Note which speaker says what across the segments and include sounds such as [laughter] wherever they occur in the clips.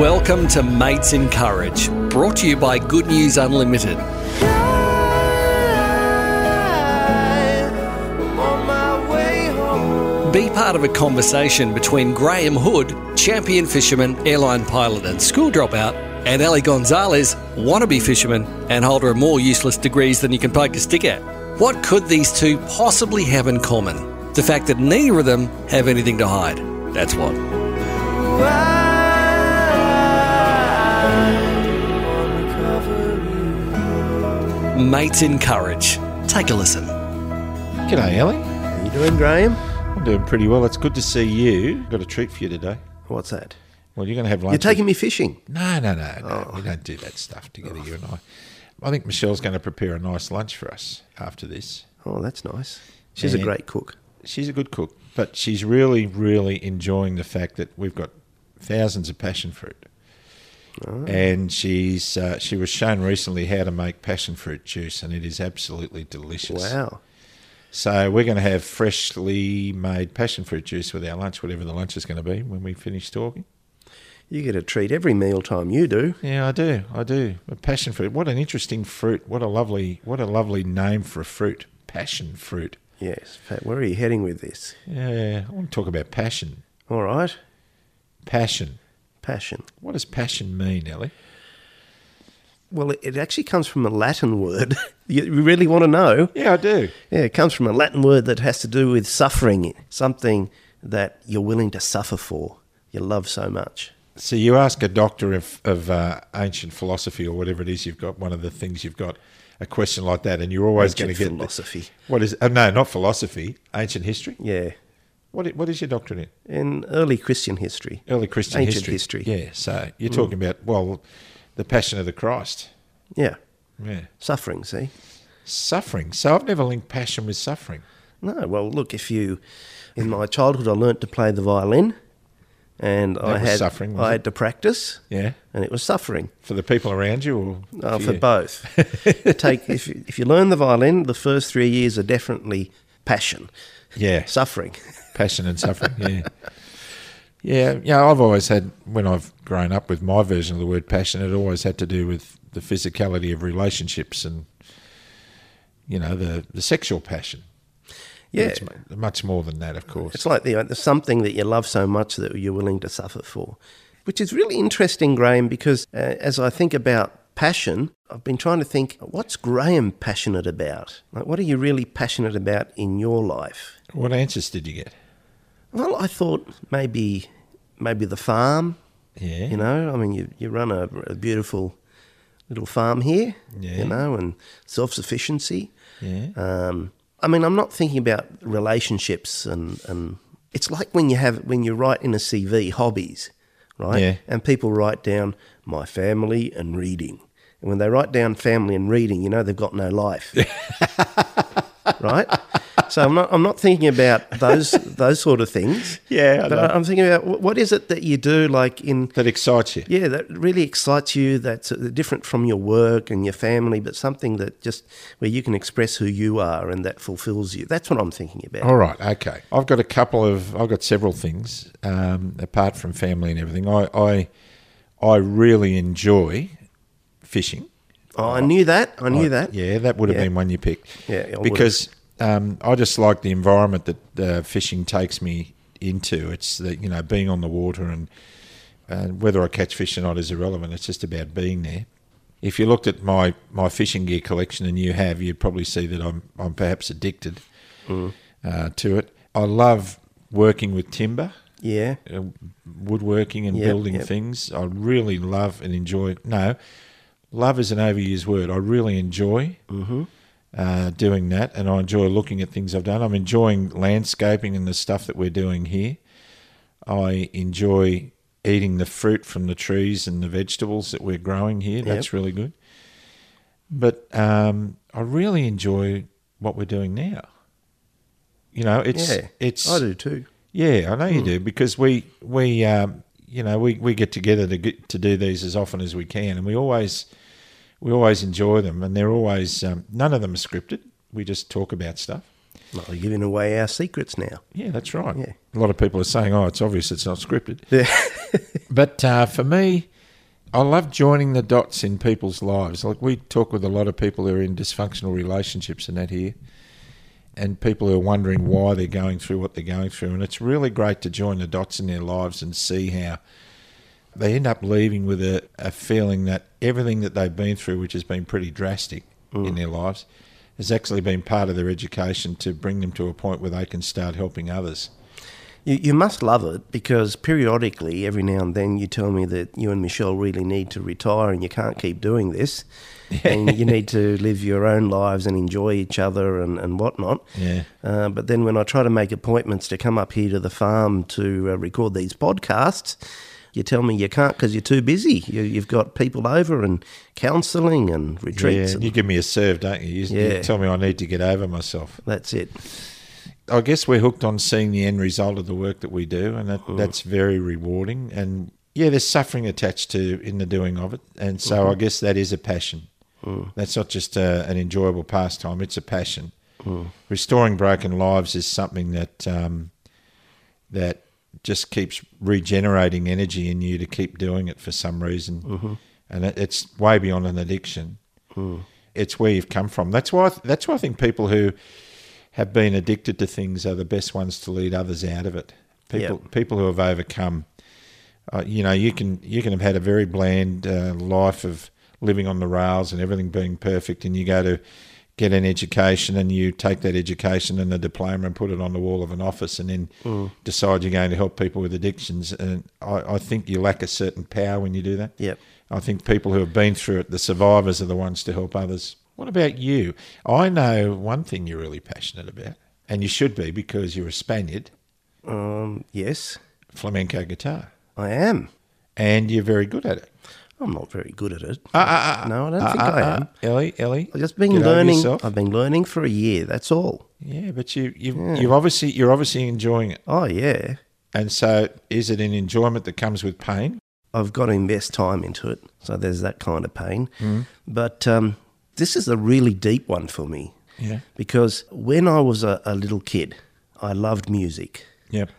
Speaker 1: Welcome to Mates in Courage, brought to you by Good News Unlimited. Be part of a conversation between Graham Hood, champion fisherman, airline pilot, and school dropout, and Ellie Gonzalez, wannabe fisherman and holder of more useless degrees than you can poke a stick at. What could these two possibly have in common? The fact that neither of them have anything to hide. That's what. Mates in Courage. Take a listen.
Speaker 2: G'day, Ellie.
Speaker 3: How you doing, Graham?
Speaker 2: I'm doing pretty well. It's good to see you. Got a treat for you today.
Speaker 3: What's that?
Speaker 2: Well, you're going to have lunch.
Speaker 3: You're taking me fishing.
Speaker 2: with- No, no, no, no. We don't do that stuff together, you and I. I think Michelle's going to prepare a nice lunch for us after this.
Speaker 3: Oh, that's nice. She's a
Speaker 2: Yeah.
Speaker 3: great cook.
Speaker 2: She's a good cook, but she's really, really enjoying the fact that we've got thousands of passion fruit. And she's uh, she was shown recently how to make passion fruit juice, and it is absolutely delicious.
Speaker 3: Wow.
Speaker 2: So we're going to have freshly made passion fruit juice with our lunch, whatever the lunch is going to be when we finish talking.
Speaker 3: You get a treat every mealtime you do.
Speaker 2: Yeah, I do. I do. But passion fruit. What an interesting fruit. What a lovely what a lovely name for a fruit. Passion fruit.
Speaker 3: Yes. Pat, where are you heading with this?
Speaker 2: Yeah, I want to talk about passion.
Speaker 3: All right.
Speaker 2: Passion.
Speaker 3: Passion.
Speaker 2: What does passion mean, Ellie?
Speaker 3: Well, it- it actually comes from a Latin word. [laughs] you you really want to know?
Speaker 2: Yeah, I do.
Speaker 3: Yeah, it comes from a Latin word that has to do with suffering, something that you're willing to suffer for, you love so much.
Speaker 2: So you ask a doctor of, of uh, ancient philosophy or whatever it is you've got, one of the things you've got, a question like that, and you're always going to
Speaker 3: Ancient
Speaker 2: get the-
Speaker 3: philosophy.
Speaker 2: what is? Oh, no, not philosophy. Ancient history.
Speaker 3: Yeah.
Speaker 2: What i- what is your doctorate in?
Speaker 3: In early Christian history.
Speaker 2: Early Christian
Speaker 3: Ancient
Speaker 2: history.
Speaker 3: history. Mm.
Speaker 2: Yeah. So you're talking about well, the Passion of the Christ.
Speaker 3: Yeah.
Speaker 2: Yeah.
Speaker 3: Suffering, see?
Speaker 2: Suffering. So I've never linked passion with suffering.
Speaker 3: No, well, look, if you, in my childhood, I learnt to play the violin, and I
Speaker 2: That was
Speaker 3: had
Speaker 2: suffering, was
Speaker 3: I
Speaker 2: it?
Speaker 3: had to practice,
Speaker 2: Yeah.
Speaker 3: and it was suffering
Speaker 2: For the people around you, or
Speaker 3: uh, for
Speaker 2: you?
Speaker 3: both. Take if you- if you learn the violin, the first three years are definitely passion, [laughs]
Speaker 2: Yeah.
Speaker 3: suffering.
Speaker 2: passion and suffering. Yeah. Yeah, yeah, I've always had, when I've grown up with my version of the word passion, it always had to do with the physicality of relationships and, you know, the, the sexual passion. But
Speaker 3: Yeah,
Speaker 2: It's
Speaker 3: it's,
Speaker 2: mu- much more than that, of course.
Speaker 3: like the, there's something that you love so much that you're willing to suffer for, which is really interesting, Graham. Because uh, as I think about passion, I've been trying to think, what's Graham passionate about? Like, what are you really passionate about in your life?
Speaker 2: What answers did you get?
Speaker 3: Well, I thought maybe maybe the farm.
Speaker 2: Yeah.
Speaker 3: You know, I mean, you, you run a, a beautiful little farm here,
Speaker 2: Yeah.
Speaker 3: you know, and self sufficiency.
Speaker 2: Yeah.
Speaker 3: Um, I mean, I'm not thinking about relationships and, and it's like when you have when you write in a CV hobbies, right?
Speaker 2: Yeah.
Speaker 3: And people write down my family and reading, and when they write down family and reading, you know they've got no
Speaker 2: [laughs]
Speaker 3: life, right? So I'm not I'm not thinking about those those sort of things.
Speaker 2: Yeah, I
Speaker 3: but
Speaker 2: know.
Speaker 3: I- I'm thinking about wh- what is it that you do like in
Speaker 2: That excites you.
Speaker 3: yeah, that really excites you. That's uh, different from your work and your family, but something that just where you can express who you are and that fulfills you. That's what I'm thinking about.
Speaker 2: All right, okay. I've got a couple of, I've got several things um, apart from family and everything. I, I, I really enjoy fishing.
Speaker 3: Oh, I knew that. I knew that.
Speaker 2: Yeah, that would have
Speaker 3: Yeah.
Speaker 2: been one you picked.
Speaker 3: Yeah, I would've.
Speaker 2: because um, I just like the environment that uh, fishing takes me into. It's the you know being on the water and uh, whether I catch fish or not is irrelevant. It's just about being there. If you looked at my, my fishing gear collection, and you have, you'd probably see that I'm I'm perhaps addicted uh, to it. I love working with timber
Speaker 3: Yeah.
Speaker 2: uh, woodworking and
Speaker 3: Yep,
Speaker 2: building
Speaker 3: yep.
Speaker 2: things. I really love and enjoy. No, love is an overused word. I really enjoy
Speaker 3: Mm-hmm.
Speaker 2: uh, doing that, and I enjoy looking at things I've done. I'm enjoying landscaping and the stuff that we're doing here. I enjoy eating the fruit from the trees and the vegetables that we're growing here. That's really good. But um, I really enjoy what we're doing now. You know, it's
Speaker 3: yeah.
Speaker 2: it's
Speaker 3: I do too.
Speaker 2: yeah, I know you do because we we um, you know we, we get together to get to do these as often as we can, and we always we always enjoy them, and they're always um, none of them are scripted. We just talk about stuff.
Speaker 3: Well, we're giving away our secrets now. [laughs]
Speaker 2: Yeah, that's right.
Speaker 3: Yeah.
Speaker 2: A lot of people are saying, "Oh, it's obvious it's not scripted,"
Speaker 3: Yeah.
Speaker 2: But uh, for me, I love joining the dots in people's lives. Like we talk with a lot of people who are in dysfunctional relationships and that here, and people who are wondering why they're going through what they're going through. And it's really great to join the dots in their lives and see how they end up leaving with a, a feeling that everything that they've been through, which has been pretty drastic in their lives, has actually been part of their education to bring them to a point where they can start helping others.
Speaker 3: You, you must love it because periodically, every now and then, you tell me that you and Michelle really need to retire and you can't keep doing
Speaker 2: [laughs]
Speaker 3: this. and you need to live your own lives and enjoy each other and, and whatnot.
Speaker 2: Yeah.
Speaker 3: Uh, but then when I try to make appointments to come up here to the farm to uh, record these podcasts, you tell me you can't because you're too busy. You, you've got people over and counselling and retreats.
Speaker 2: Yeah,
Speaker 3: and
Speaker 2: you give me a serve, don't you? You, you
Speaker 3: Yeah.
Speaker 2: tell me I need to get over myself.
Speaker 3: that's it.
Speaker 2: I guess we're hooked on seeing the end result of the work that we do, and that, that's very rewarding. And yeah, there's suffering attached to in the doing of it, and so I guess that is a passion. That's not just a, an enjoyable pastime; it's a passion. Restoring broken lives is something that um, that just keeps regenerating energy in you to keep doing it for some reason, and it, it's way beyond an addiction. It's where you've come from. That's why. That's why I think people who have been addicted to things are the best ones to lead others out of it. People people who have overcome, uh, you know, you can you can have had a very bland uh, life of living on the rails and everything being perfect, and you go to get an education and you take that education and the diploma and put it on the wall of an office and then decide you're going to help people with addictions and I, I think you lack a certain power when you do that
Speaker 3: Yep.
Speaker 2: I think people who have been through it, the survivors, are the ones to help others. What about you? I know one thing you're really passionate about, and you should be because you're a Spaniard,
Speaker 3: Um, yes,
Speaker 2: flamenco guitar,
Speaker 3: I am.
Speaker 2: and you're very good at it.
Speaker 3: I'm not very good at it.
Speaker 2: Uh, uh, uh,
Speaker 3: no, I don't
Speaker 2: uh,
Speaker 3: think
Speaker 2: uh,
Speaker 3: I
Speaker 2: uh,
Speaker 3: am.
Speaker 2: Ellie, Ellie.
Speaker 3: I've just been
Speaker 2: get over
Speaker 3: learning.
Speaker 2: yourself.
Speaker 3: I've been learning for a year. That's all.
Speaker 2: Yeah, but you, you, you've obviously, you're obviously enjoying it.
Speaker 3: Oh yeah,
Speaker 2: And so, is it an enjoyment that comes with pain?
Speaker 3: I've got to invest time into it. So there's that kind of pain.
Speaker 2: Mm.
Speaker 3: But um, this is a really deep one for me
Speaker 2: Yeah.
Speaker 3: because when I was a, a little kid, I loved music.
Speaker 2: Yep.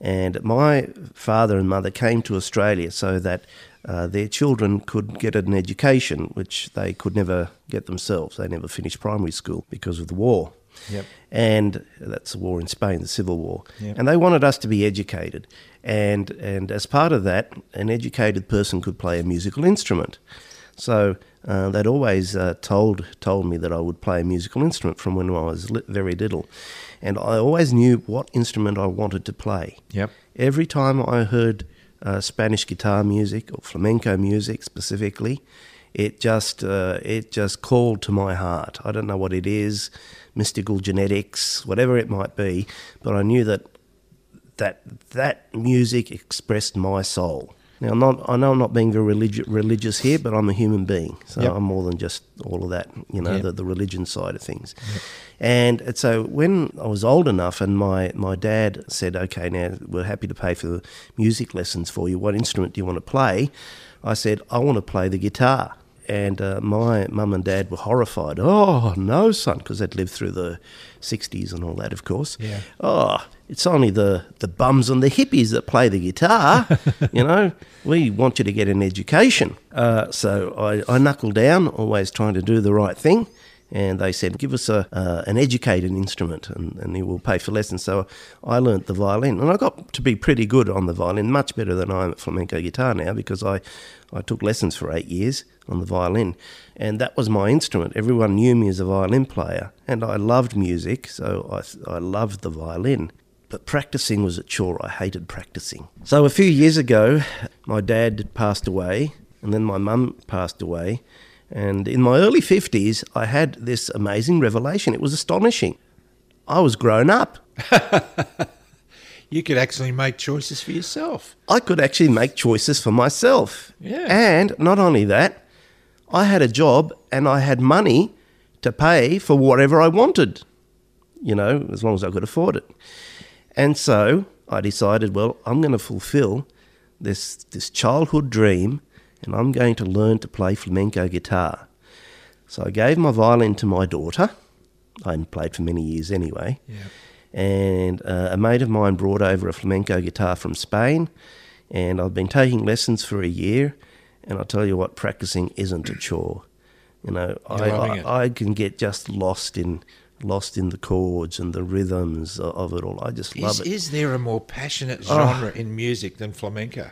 Speaker 3: And my father and mother came to Australia so that uh, their children could get an education, which they could never get themselves. They never finished primary school because of the war.
Speaker 2: Yep.
Speaker 3: And that's the war in Spain, the Civil War.
Speaker 2: Yep.
Speaker 3: And they wanted us to be educated. And, and as part of that, an educated person could play a musical instrument. So uh, they'd always uh, told told me that I would play a musical instrument from when I was li- very little, and I always knew what instrument I wanted to play.
Speaker 2: Yep.
Speaker 3: Every time I heard uh, Spanish guitar music or flamenco music specifically, it just uh, it just called to my heart. I don't know what it is, mystical genetics, whatever it might be, but I knew that that that music expressed my soul. Now, I'm not, I know I'm not being very religi- religious here, but I'm a human being, so
Speaker 2: Yep.
Speaker 3: I'm more than just all of that, you know,
Speaker 2: Yep.
Speaker 3: the, the religion side of things. And and so when I was old enough, and my, my dad said, "Okay, now we're happy to pay for the music lessons for you. What instrument do you want to play?" I said, "I want to play the guitar." And uh, my mum and dad were horrified. Oh no, son, because they'd lived through the '60s and all that, of course
Speaker 2: Yeah.
Speaker 3: oh, it's only the, the bums and the hippies that play the guitar. you know, we want you to get an education. Uh, so I, I knuckled down, always trying to do the right thing. And they said, give us a, uh, an educated instrument and, and you will pay for lessons. So I learnt the violin and I got to be pretty good on the violin, much better than I am at flamenco guitar now because I, I took lessons for eight years on the violin. And that was my instrument. Everyone knew me as a violin player. And I loved music, so I, th- I loved the violin. But practicing was a chore. I hated practicing. So a few years ago, my dad passed away, and then my mum passed away. And in my early 50s, I had this amazing revelation. It was astonishing. I was grown up.
Speaker 2: You could actually make choices for yourself.
Speaker 3: I could actually make choices for myself.
Speaker 2: Yeah.
Speaker 3: And not only that, I had a job and I had money to pay for whatever I wanted, you know, as long as I could afford it. And so I decided, well, I'm going to fulfill this, this childhood dream and I'm going to learn to play flamenco guitar. So I gave my violin to my daughter. I hadn't played for many years anyway.
Speaker 2: Yeah.
Speaker 3: And uh, a mate of mine brought over a flamenco guitar from Spain. And I've been taking lessons for a year, and I'll tell you what, practicing isn't a chore. You know, I,
Speaker 2: loving it.
Speaker 3: I, I can get just lost in lost in the chords and the rhythms o- of it all. I just love
Speaker 2: Is,
Speaker 3: it. Oh.
Speaker 2: is there a more passionate genre in music than flamenco?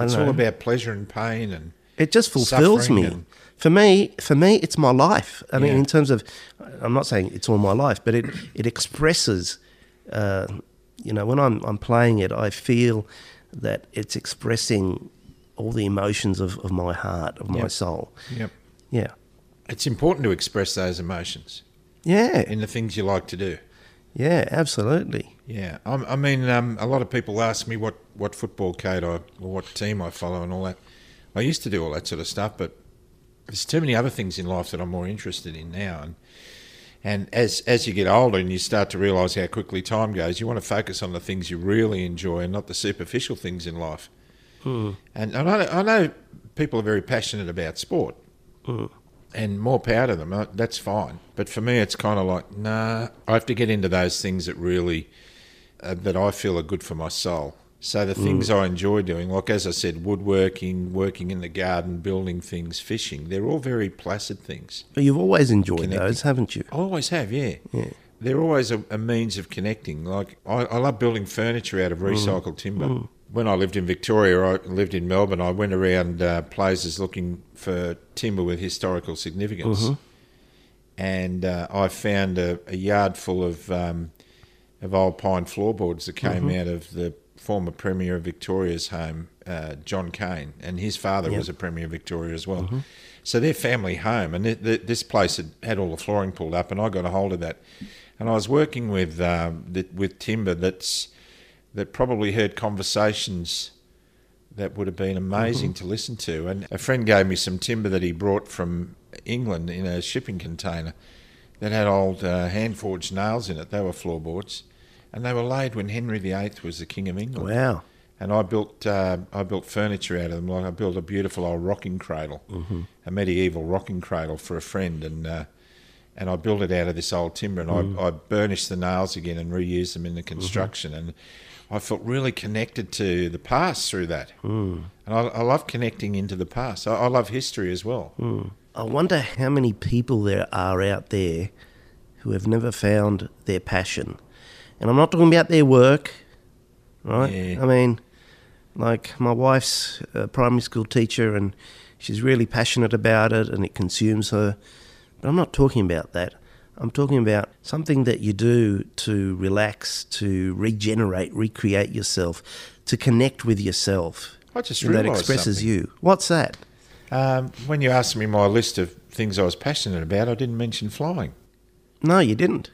Speaker 2: It's all about pleasure and pain and
Speaker 3: It just fulfills
Speaker 2: suffering
Speaker 3: me.
Speaker 2: and-
Speaker 3: for me, for me, it's my life. I mean,
Speaker 2: Yeah.
Speaker 3: in terms of, I'm not saying it's all my life, but it it expresses. Uh, you know, when I'm I'm playing it, I feel that it's expressing all the emotions of, of my heart, of my
Speaker 2: Yep.
Speaker 3: soul.
Speaker 2: Yep.
Speaker 3: Yeah,
Speaker 2: It's important to express those emotions
Speaker 3: yeah,
Speaker 2: in the things you like to do.
Speaker 3: yeah, absolutely.
Speaker 2: Yeah, i I mean, um, a lot of people ask me what, what football code I or what team I follow and all that. I used to do all that sort of stuff, but there's too many other things in life that I'm more interested in now. And and as as you get older and you start to realise how quickly time goes, you want to focus on the things you really enjoy and not the superficial things in life. And, and I, I know people are very passionate about sport, and more power to them. uh, That's fine. But for me, it's kind of like, nah, I have to get into those things that really, uh, that I feel are good for my soul. So the things I enjoy doing, like as I said, woodworking, working in the garden, building things, fishing, they're all very placid things.
Speaker 3: But you've always enjoyed
Speaker 2: Connecting.
Speaker 3: those, haven't you?
Speaker 2: I always have, yeah.
Speaker 3: Yeah.
Speaker 2: They're always a, a means of connecting. Like, I, I love building furniture out of recycled timber. When I lived in Victoria, I lived in Melbourne, I went around uh, places looking for timber with historical significance. And uh, I found a, a yard full of, um, of old pine floorboards that came out of the former Premier of Victoria's home, uh, John Cain, and his father was a Premier of Victoria as well. So their family home, and th- th- this place had, had all the flooring pulled up, and I got a hold of that, and I was working with um, th- with timber that's that probably heard conversations that would have been amazing to listen to. And a friend gave me some timber that he brought from England in a shipping container that had old uh, hand forged nails in it. They were floorboards, and they were laid when Henry VIII was the King of England.
Speaker 3: Wow.
Speaker 2: And I built uh, I built furniture out of them. Like I built a beautiful old rocking cradle,
Speaker 3: Mm-hmm.
Speaker 2: a medieval rocking cradle for a friend, and uh, and I built it out of this old timber. And
Speaker 3: Mm.
Speaker 2: I, I burnished the nails again and reused them in
Speaker 3: Mm-hmm.
Speaker 2: the construction. And I felt really connected to the past through that.
Speaker 3: Mm.
Speaker 2: And I, I love connecting into the past. I, I love history as well.
Speaker 3: Mm. I wonder how many people there are out there who have never found their passion. And I'm not talking about their work, right?
Speaker 2: Yeah.
Speaker 3: I mean, like my wife's a primary school teacher and she's really passionate about it and it consumes her. But I'm not talking about that. I'm talking about something that you do to relax, to regenerate, recreate yourself, to connect with yourself.
Speaker 2: I just
Speaker 3: and that
Speaker 2: realised
Speaker 3: expresses
Speaker 2: something.
Speaker 3: you. What's that?
Speaker 2: Um, when you asked me my list of things I was passionate about, I didn't mention flying.
Speaker 3: No, you didn't.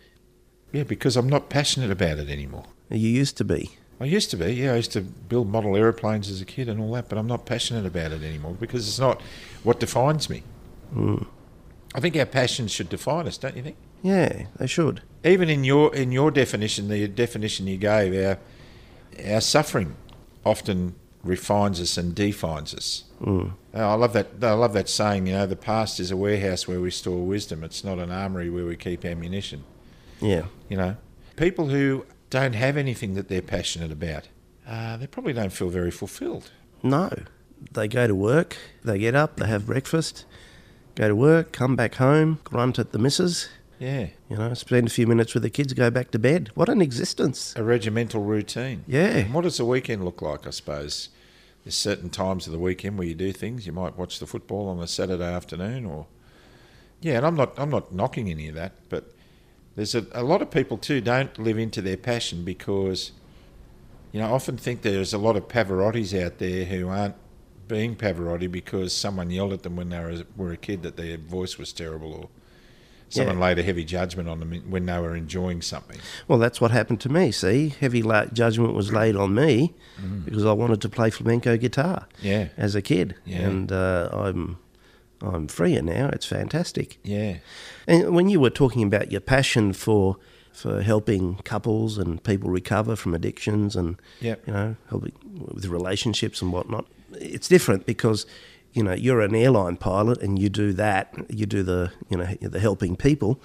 Speaker 2: Yeah, because I'm not passionate about it anymore.
Speaker 3: You used to be.
Speaker 2: I used to be, yeah. I used to build model aeroplanes as a kid and all that, but I'm not passionate about it anymore because it's not what defines me. I think our passions should define us, don't you think?
Speaker 3: Yeah, they should.
Speaker 2: Even in your in your definition, the definition you gave, our our suffering often refines us and defines us. Mm. I love that. I love that saying. You know, the past is a warehouse where we store wisdom. It's not an armory where we keep ammunition.
Speaker 3: Yeah.
Speaker 2: You know, people who don't have anything that they're passionate about, uh, they probably don't feel very fulfilled.
Speaker 3: No. They go to work, they get up, they have breakfast, go to work, come back home, grunt at the missus,
Speaker 2: Yeah,
Speaker 3: you know, spend a few minutes with the kids, go back to bed. What an existence.
Speaker 2: a regimental routine.
Speaker 3: Yeah.
Speaker 2: And what does the weekend look like? I suppose there's certain times of the weekend where you do things. You might watch the football on a Saturday afternoon, or yeah. And I'm not I'm not knocking any of that, but there's a, a lot of people too don't live into their passion because you know I often think there's a lot of Pavarottis out there who aren't being Pavarotti because someone yelled at them when they were, were a kid that their voice was terrible or. Someone laid a heavy judgment on them in- when they were enjoying something.
Speaker 3: Well, that's what happened to me, see? Heavy la- judgment was laid on me because I wanted to play flamenco guitar
Speaker 2: Mm. Yeah.
Speaker 3: as a kid.
Speaker 2: Yeah.
Speaker 3: And uh, I'm, I'm freer now. It's fantastic.
Speaker 2: Yeah.
Speaker 3: And when you were talking about your passion for for helping couples and people recover from addictions and
Speaker 2: Yep.
Speaker 3: you know helping with relationships and whatnot, it's different because you know you're an airline pilot and you do that, you do the you know the helping people,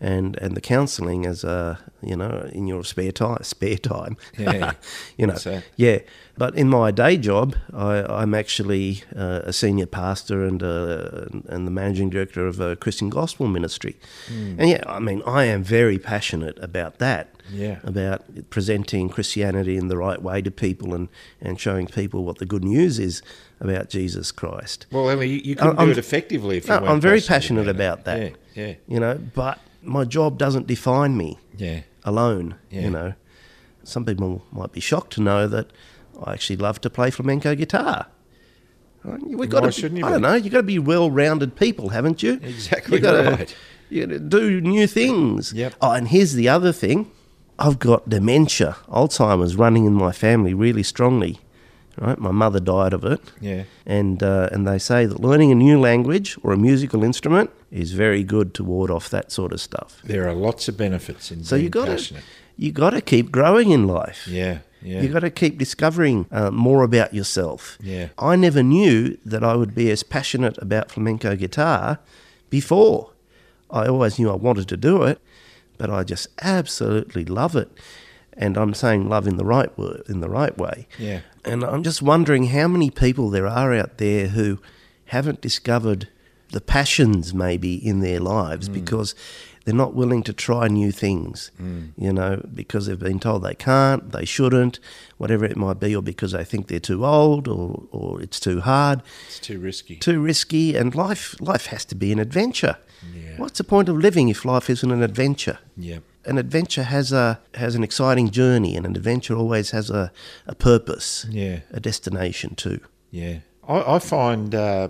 Speaker 3: and and the counselling as a you know in your spare time spare time
Speaker 2: Yeah.
Speaker 3: you know
Speaker 2: That's it.
Speaker 3: yeah but in my day job I, I'm actually uh, a senior pastor and uh, and the managing director of a Christian gospel ministry
Speaker 2: Hmm.
Speaker 3: and yeah I mean I am very passionate about that
Speaker 2: Yeah.
Speaker 3: about presenting Christianity in the right way to people and and showing people what the good news is about Jesus Christ
Speaker 2: Well, Ellie, you, you couldn't
Speaker 3: I'm-
Speaker 2: do it effectively if you
Speaker 3: no,
Speaker 2: weren't
Speaker 3: I'm very passionate about,
Speaker 2: it.
Speaker 3: that.
Speaker 2: Yeah, yeah,
Speaker 3: You know, but my job doesn't define me
Speaker 2: yeah.
Speaker 3: alone.
Speaker 2: Yeah.
Speaker 3: You know, some people might be shocked to know that I actually love to play flamenco guitar. Right? We've got
Speaker 2: Why
Speaker 3: to,
Speaker 2: shouldn't
Speaker 3: be,
Speaker 2: you
Speaker 3: I don't
Speaker 2: be?
Speaker 3: know. You've got to be well-rounded people, haven't you?
Speaker 2: Exactly
Speaker 3: You've gotta-
Speaker 2: right.
Speaker 3: You gotta do new things.
Speaker 2: Yep.
Speaker 3: Oh, and here's the other thing: I've got dementia, Alzheimer's running in my family really strongly. Right, my mother died of it.
Speaker 2: Yeah.
Speaker 3: and uh, and they say that learning a new language or a musical instrument is very good to ward off that sort of stuff.
Speaker 2: There are lots of benefits in
Speaker 3: So
Speaker 2: being
Speaker 3: you got to
Speaker 2: passionate.
Speaker 3: you got to keep growing in life.
Speaker 2: Yeah, yeah.
Speaker 3: You got to keep discovering uh, more about yourself.
Speaker 2: Yeah.
Speaker 3: I never knew that I would be as passionate about flamenco guitar before. I always knew I wanted to do it, but I just absolutely love it. And I'm saying love in the right word, in the right way.
Speaker 2: Yeah.
Speaker 3: And I'm just wondering how many people there are out there who haven't discovered the passions maybe in their lives because they're not willing to try new things, you know, because they've been told they can't, they shouldn't, whatever it might be, or because they think they're too old or, or it's too hard,
Speaker 2: it's too risky.
Speaker 3: too risky. And life, life has to be an adventure. What's the point of living if life isn't an adventure?
Speaker 2: yeah,
Speaker 3: An adventure has a has an exciting journey, and an adventure always has a, a purpose
Speaker 2: yeah,
Speaker 3: a destination too.
Speaker 2: yeah. I, I find, uh,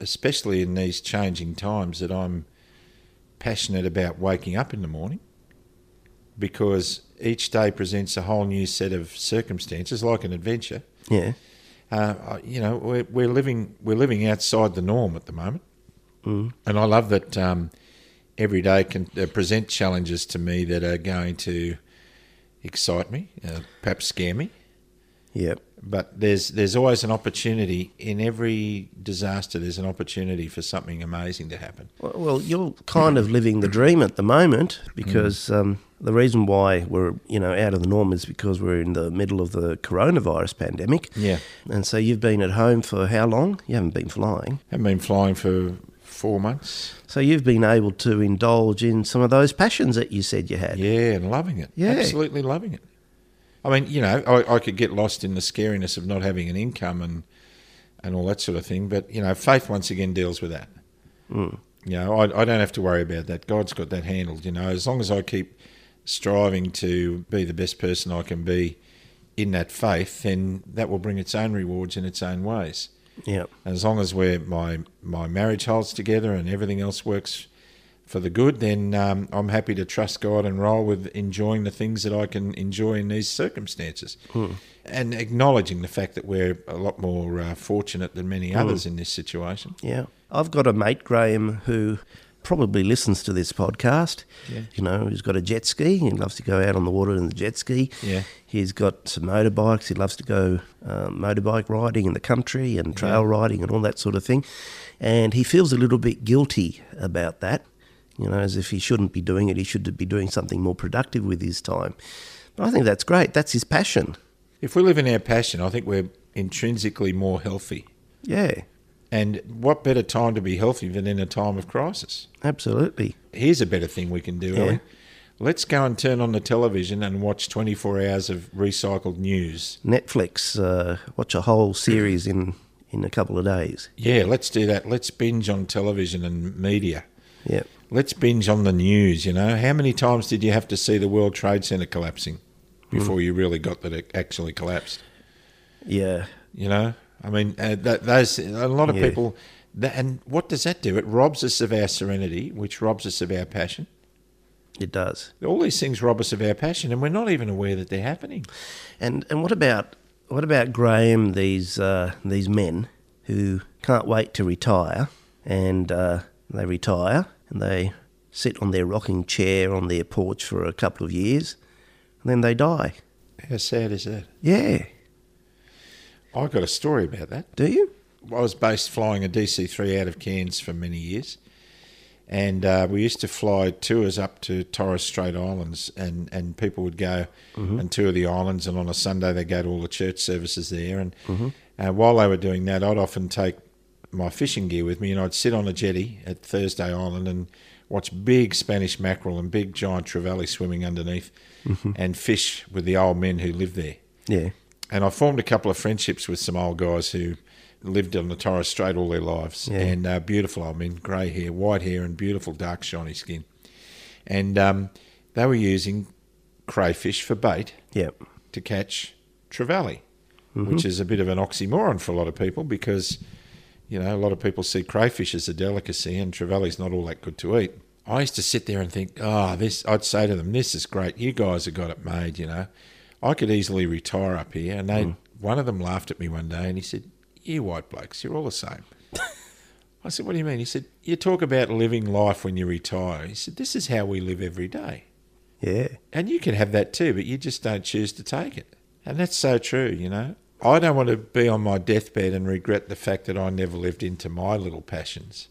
Speaker 2: especially in these changing times, that I'm passionate about waking up in the morning because each day presents a whole new set of circumstances, like an adventure.
Speaker 3: Yeah.
Speaker 2: uh, I- you know, we're, we're living we're living outside the norm at the moment, mm. and I love that um, every day can uh, present challenges to me that are going to excite me, uh, perhaps scare me.
Speaker 3: Yep.
Speaker 2: But there's there's always an opportunity in every disaster. There's an opportunity for something amazing to happen.
Speaker 3: Well, well, you're kind of living the dream at the moment because
Speaker 2: Mm.
Speaker 3: um, the reason why we're you know out of the norm is because we're in the middle of the coronavirus pandemic.
Speaker 2: Yeah.
Speaker 3: And so you've been at home for how long? You haven't been flying,
Speaker 2: I've been flying for four months.
Speaker 3: so you've been able to indulge in some of those passions that you said you had.
Speaker 2: Yeah, and loving it.
Speaker 3: Yeah.
Speaker 2: absolutely loving it. I mean, you know, I, I could get lost in the scariness of not having an income and and all that sort of thing. But you know, faith once again deals with that. You know, I, I don't have to worry about that. God's got that handled. You know, as long as I keep striving to be the best person I can be in that faith, then that will bring its own rewards in its own ways.
Speaker 3: Yep.
Speaker 2: As long as we're, my my marriage holds together and everything else works for the good, then um, I'm happy to trust God and roll with enjoying the things that I can enjoy in these circumstances, and acknowledging the fact that we're a lot more uh, fortunate than many others in this situation.
Speaker 3: Yeah. I've got a mate, Graham, who probably listens to this podcast.
Speaker 2: Yeah.
Speaker 3: You know, he's got a jet ski. He loves to go out on the water in the jet ski.
Speaker 2: Yeah.
Speaker 3: He's got some motorbikes. He loves to go uh, motorbike riding in the country and trail riding and all that sort of thing. And he feels a little bit guilty about that, you know, as if he shouldn't be doing it. He should be doing something more productive with his time. But I think that's great. That's his passion.
Speaker 2: If we live in our passion, I think we're intrinsically more healthy.
Speaker 3: Yeah,
Speaker 2: And what better time to be healthy than in a time of crisis?
Speaker 3: absolutely.
Speaker 2: here's a better thing we can do, Ellie. Let's go and turn on the television and watch 24 hours of recycled news.
Speaker 3: Netflix, uh, watch a whole series in, in a couple of days.
Speaker 2: Yeah, let's do that. Let's binge on television and media.
Speaker 3: Yeah.
Speaker 2: Let's binge on the news, you know. How many times did you have to see the World Trade Center collapsing before you really got that it actually collapsed?
Speaker 3: Yeah.
Speaker 2: You know, I mean, uh, that, those a lot of
Speaker 3: Yeah.
Speaker 2: people, that, and what does that do? It robs us of our serenity, which robs us of our passion.
Speaker 3: It does.
Speaker 2: All these things rob us of our passion, and we're not even aware that they're happening.
Speaker 3: And and what about what about Graham? These uh, these men who can't wait to retire, and uh, they retire and they sit on their rocking chair on their porch for a couple of years, and then they die.
Speaker 2: How sad is that?
Speaker 3: Yeah.
Speaker 2: I got a story about that.
Speaker 3: Do you?
Speaker 2: I was based flying a DC 3 out of Cairns for many years. And uh, we used to fly tours up to Torres Strait Islands, and, and people would go and tour the islands. And on a Sunday, they go to all the church services there. And uh, while they were doing that, I'd often take my fishing gear with me, and I'd sit on a jetty at Thursday Island and watch big Spanish mackerel and big giant trevally swimming underneath, and fish with the old men who lived there
Speaker 3: Yeah.
Speaker 2: and I formed a couple of friendships with some old guys who lived on the Torres Strait all their lives,
Speaker 3: Yeah.
Speaker 2: and uh, beautiful old men, grey hair, white hair, and beautiful dark shiny skin, and um, they were using crayfish for bait
Speaker 3: Yeah.
Speaker 2: to catch trevally, which is a bit of an oxymoron for a lot of people because, you know, a lot of people see crayfish as a delicacy and trevely's not all that good to eat. I used to sit there and think, oh, this, I'd say to them, this is great. You guys have got it made, you know. I could easily retire up here. And they, one of them laughed at me one day and he said, you white blokes, you're all the same. [laughs] I said, what do you mean? He said, you talk about living life when you retire. He said, this is how we live every day
Speaker 3: Yeah.
Speaker 2: and you can have that too, but you just don't choose to take it. And that's so true, you know. I don't want to be on my deathbed and regret the fact that I never lived into my little passions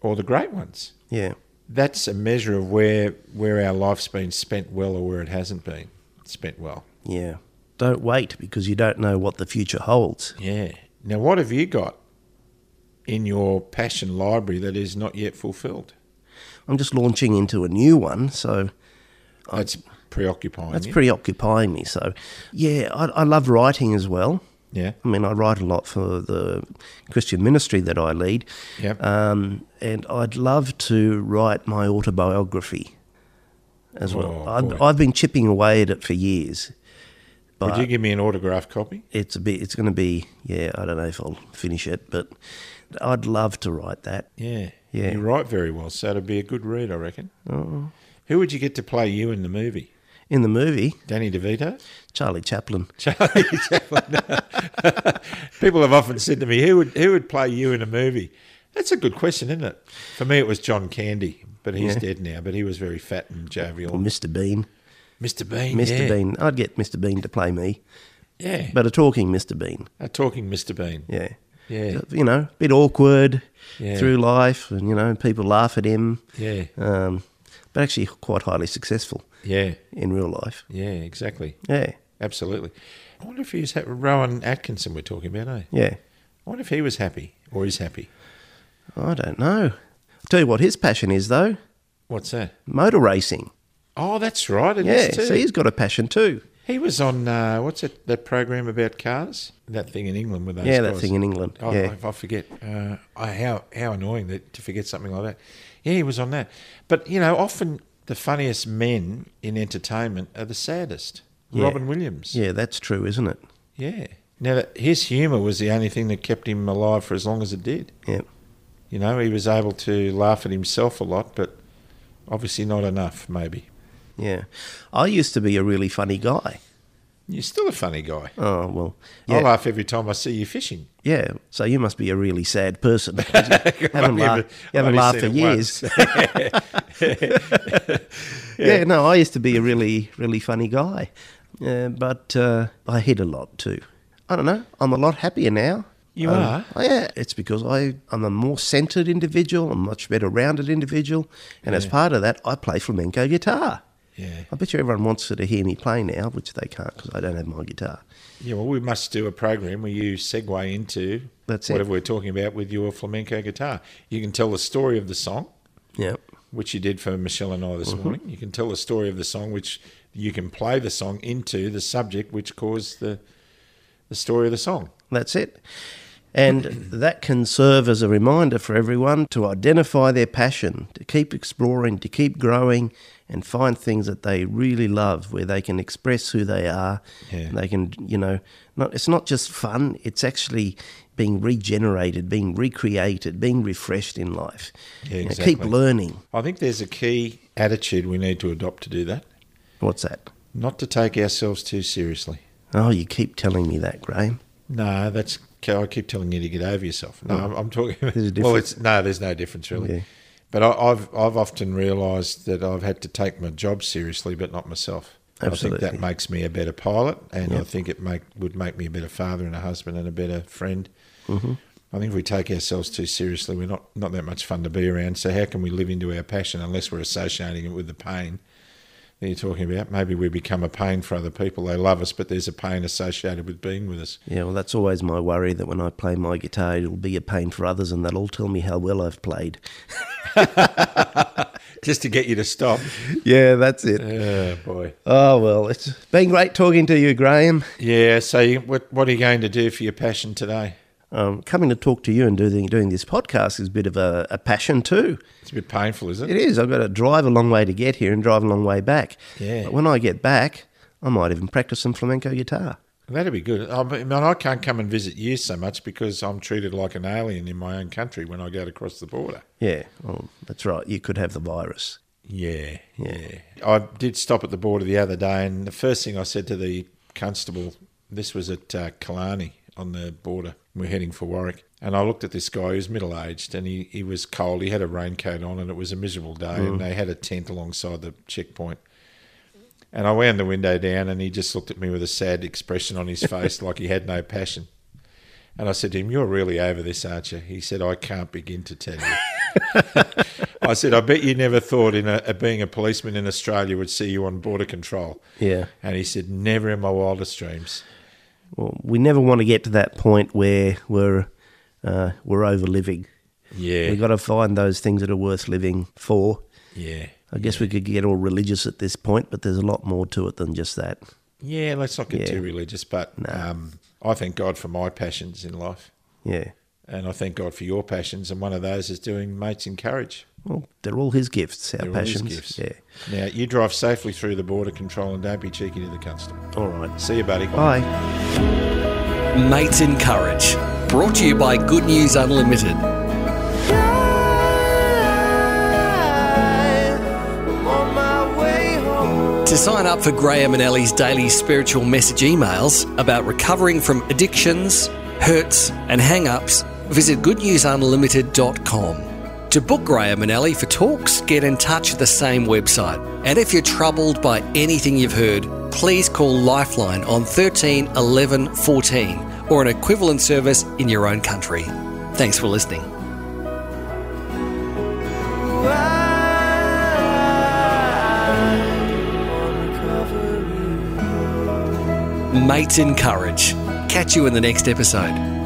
Speaker 2: or the great ones.
Speaker 3: Yeah.
Speaker 2: That's a measure of where where our life's been spent well or where it hasn't been spent well.
Speaker 3: Yeah. Don't wait because you don't know what the future holds.
Speaker 2: Yeah. Now, what have you got in your passion library that is not yet fulfilled?
Speaker 3: I'm just launching into a new one, so
Speaker 2: That's preoccupying.
Speaker 3: that's
Speaker 2: you.
Speaker 3: pretty occupying me. So, yeah, I, I love writing as well.
Speaker 2: Yeah.
Speaker 3: I mean, I write a lot for the Christian ministry that I lead.
Speaker 2: Yep.
Speaker 3: Um, and I'd love to write my autobiography as well.
Speaker 2: Oh, boy.
Speaker 3: I've, I've been chipping away at it for years.
Speaker 2: Would you give me an autograph copy?
Speaker 3: It's a bit. It's going to be. Yeah, I don't know if I'll finish it, but I'd love to write that.
Speaker 2: Yeah.
Speaker 3: Yeah.
Speaker 2: You write very well, so it'd be a good read, I reckon. Who would you get to play you in the movie?
Speaker 3: In the movie,
Speaker 2: Danny DeVito?
Speaker 3: Charlie Chaplin.
Speaker 2: Charlie Chaplin. People have often said to me, who would, who would play you in a movie? That's a good question, isn't it? For me, it was John Candy, but he's
Speaker 3: Yeah.
Speaker 2: dead now, but he was very fat and jovial.
Speaker 3: or Mr. Bean.
Speaker 2: Mr. Bean.
Speaker 3: Mr.
Speaker 2: yeah.
Speaker 3: Bean. I'd get Mr. Bean to play me,
Speaker 2: Yeah.
Speaker 3: but a talking Mr. Bean.
Speaker 2: A talking Mr. Bean.
Speaker 3: Yeah.
Speaker 2: Yeah.
Speaker 3: You know, a bit awkward
Speaker 2: Yeah.
Speaker 3: through life, and you know, people laugh at him.
Speaker 2: Yeah.
Speaker 3: Um, but actually, quite highly successful
Speaker 2: Yeah.
Speaker 3: in real life.
Speaker 2: Yeah, exactly.
Speaker 3: Yeah.
Speaker 2: Absolutely. I wonder if he's ha- Rowan Atkinson we're talking about, eh?
Speaker 3: Yeah.
Speaker 2: I wonder if he was happy or is happy.
Speaker 3: I don't know. I'll tell you what his passion is though:
Speaker 2: What's that?
Speaker 3: motor racing.
Speaker 2: Oh, that's right. It
Speaker 3: Yeah.
Speaker 2: is too.
Speaker 3: So he's got a passion too.
Speaker 2: He was on uh, what's it? That program about cars? That thing in England with those.
Speaker 3: yeah, that
Speaker 2: guys.
Speaker 3: thing in England.
Speaker 2: Oh,
Speaker 3: yeah.
Speaker 2: I, I forget. Uh, I, how how annoying that to forget something like that. Yeah, he was on that. But you know, often the funniest men in entertainment are the saddest.
Speaker 3: Yeah.
Speaker 2: Robin Williams.
Speaker 3: yeah, that's true, isn't it?
Speaker 2: Yeah. Now that his humour was the only thing that kept him alive for as long as it did.
Speaker 3: Yeah.
Speaker 2: You know, he was able to laugh at himself a lot, but obviously not enough. Maybe
Speaker 3: Yeah. I used to be a really funny guy.
Speaker 2: you're still a funny guy.
Speaker 3: Oh, well.
Speaker 2: I
Speaker 3: Yeah.
Speaker 2: laugh every time I see you fishing.
Speaker 3: Yeah, so you must be a really sad
Speaker 2: [laughs]
Speaker 3: person. 'cause You haven't,
Speaker 2: I've
Speaker 3: laugh-
Speaker 2: only-
Speaker 3: you haven't
Speaker 2: I've only
Speaker 3: laughed for
Speaker 2: seen it
Speaker 3: years. [laughs]
Speaker 2: once.
Speaker 3: yeah. no, I used to be a really, really funny guy, uh, but uh, I hid a lot too. I don't know. I'm a lot happier now. Um, oh,
Speaker 2: You are?
Speaker 3: Yeah, it's because I, I'm a more centered individual, a much better rounded individual, and as part of that, I play flamenco guitar.
Speaker 2: yeah.
Speaker 3: I bet you everyone wants to hear me play now, which they can't because I don't have my guitar.
Speaker 2: [laughs] Yeah, well, we must do a program where you segue into
Speaker 3: That's it.
Speaker 2: whatever we're talking about with your flamenco guitar. You can tell the story of the song,
Speaker 3: Yeah,
Speaker 2: which you did for Michelle and I this
Speaker 3: Mm-hmm.
Speaker 2: morning. You can tell the story of the song, which you can play the song into the subject which caused the the story of the song.
Speaker 3: that's it. And that can serve as a reminder for everyone to identify their passion, to keep exploring, to keep growing, and find things that they really love where they can express who they are.
Speaker 2: Yeah.
Speaker 3: They can, you know, not, it's not just fun, it's actually being regenerated, being recreated, being refreshed in life.
Speaker 2: Yeah,
Speaker 3: You know, keep
Speaker 2: exactly.
Speaker 3: learning.
Speaker 2: I think there's a key attitude we need to adopt to do that.
Speaker 3: What's that?
Speaker 2: Not to take ourselves too seriously.
Speaker 3: Oh, you keep telling me that, Graham.
Speaker 2: No, that's I keep telling you to get over yourself. No, I'm, I'm talking. About,
Speaker 3: There's a
Speaker 2: well,
Speaker 3: difference.
Speaker 2: it's no, there's no difference really.
Speaker 3: Yeah.
Speaker 2: But I, I've I've often realised that I've had to take my job seriously, but not myself. I
Speaker 3: Absolutely.
Speaker 2: think that makes me a better
Speaker 3: Mm-hmm.
Speaker 2: pilot, and I think it make would make me a better father and a husband and a better friend. I think if we take ourselves too seriously, we're not, not that much fun to be around. So, how can we live into our passion unless we're associating it with the pain that you're talking about? Maybe we become a pain for other people. They love us, but there's a pain associated with being with us.
Speaker 3: Yeah, well, that's always my worry that when I play my guitar, it'll be a pain for others and that'll tell me how well I've played.
Speaker 2: Just to get you to [laughs] stop.
Speaker 3: yeah, that's it.
Speaker 2: Oh, boy.
Speaker 3: Oh, well, it's been great talking to you, Graham.
Speaker 2: Yeah, so you, what, what are you going to do for your passion today?
Speaker 3: Um, coming to talk to you and doing, doing this podcast is a bit of a, a passion, too.
Speaker 2: It's a bit painful, is it?
Speaker 3: It is. I've got to drive a long way to get here and drive a long way back.
Speaker 2: Yeah.
Speaker 3: But when I get back, I might even practice some flamenco guitar.
Speaker 2: That'd be good. I mean, I can't come and visit you so much because I'm treated like an alien in my own country when I go to cross the border.
Speaker 3: Yeah, well, that's right. You could have the virus.
Speaker 2: Yeah, yeah. I did stop at the border the other day, and the first thing I said to the constable, this was at uh, Killarney on the border. We're heading for Warwick. And I looked at this guy who's middle aged and he, he was cold. He had a raincoat on and it was a miserable day. And they had a tent alongside the checkpoint. And I wound the window down and he just looked at me with a sad expression on his face, like he had no passion. And I said to him, You're really over this, aren't you? He said, I can't begin to tell you. I said, I bet you never thought in a, a, being a policeman in Australia would see you on border control.
Speaker 3: Yeah.
Speaker 2: And he said, Never in my wildest dreams.
Speaker 3: Well, we never want to get to that point where we're uh, we're overliving.
Speaker 2: Yeah.
Speaker 3: We've got to find those things that are worth living for.
Speaker 2: yeah.
Speaker 3: I guess we could get all religious at this point, but there's a lot more to it than just that.
Speaker 2: Yeah, let's not get
Speaker 3: Yeah.
Speaker 2: too religious, but um, I thank God for my passions in life.
Speaker 3: Yeah.
Speaker 2: And I thank God for your passions. And one of those is doing Mates Encourage.
Speaker 3: Well, they're all his gifts, our
Speaker 2: They're all his
Speaker 3: passions.
Speaker 2: gifts.
Speaker 3: Yeah.
Speaker 2: Now, you drive safely through the border control and don't be cheeky to the constable.
Speaker 3: All right.
Speaker 2: See you, buddy.
Speaker 3: Bye.
Speaker 1: Mates in Courage. Brought to you by Good News Unlimited.
Speaker 4: on my way home.
Speaker 1: To sign up for Graham and Ellie's daily spiritual message emails about recovering from addictions, hurts, and hang ups, visit goodnewsunlimited.com. To book Graham and Ellie for talks, get in touch at the same website. And if you're troubled by anything you've heard, please call Lifeline on 13 11 14 or an equivalent service in your own country. Thanks for listening. Mates in Courage. Catch you in the next episode.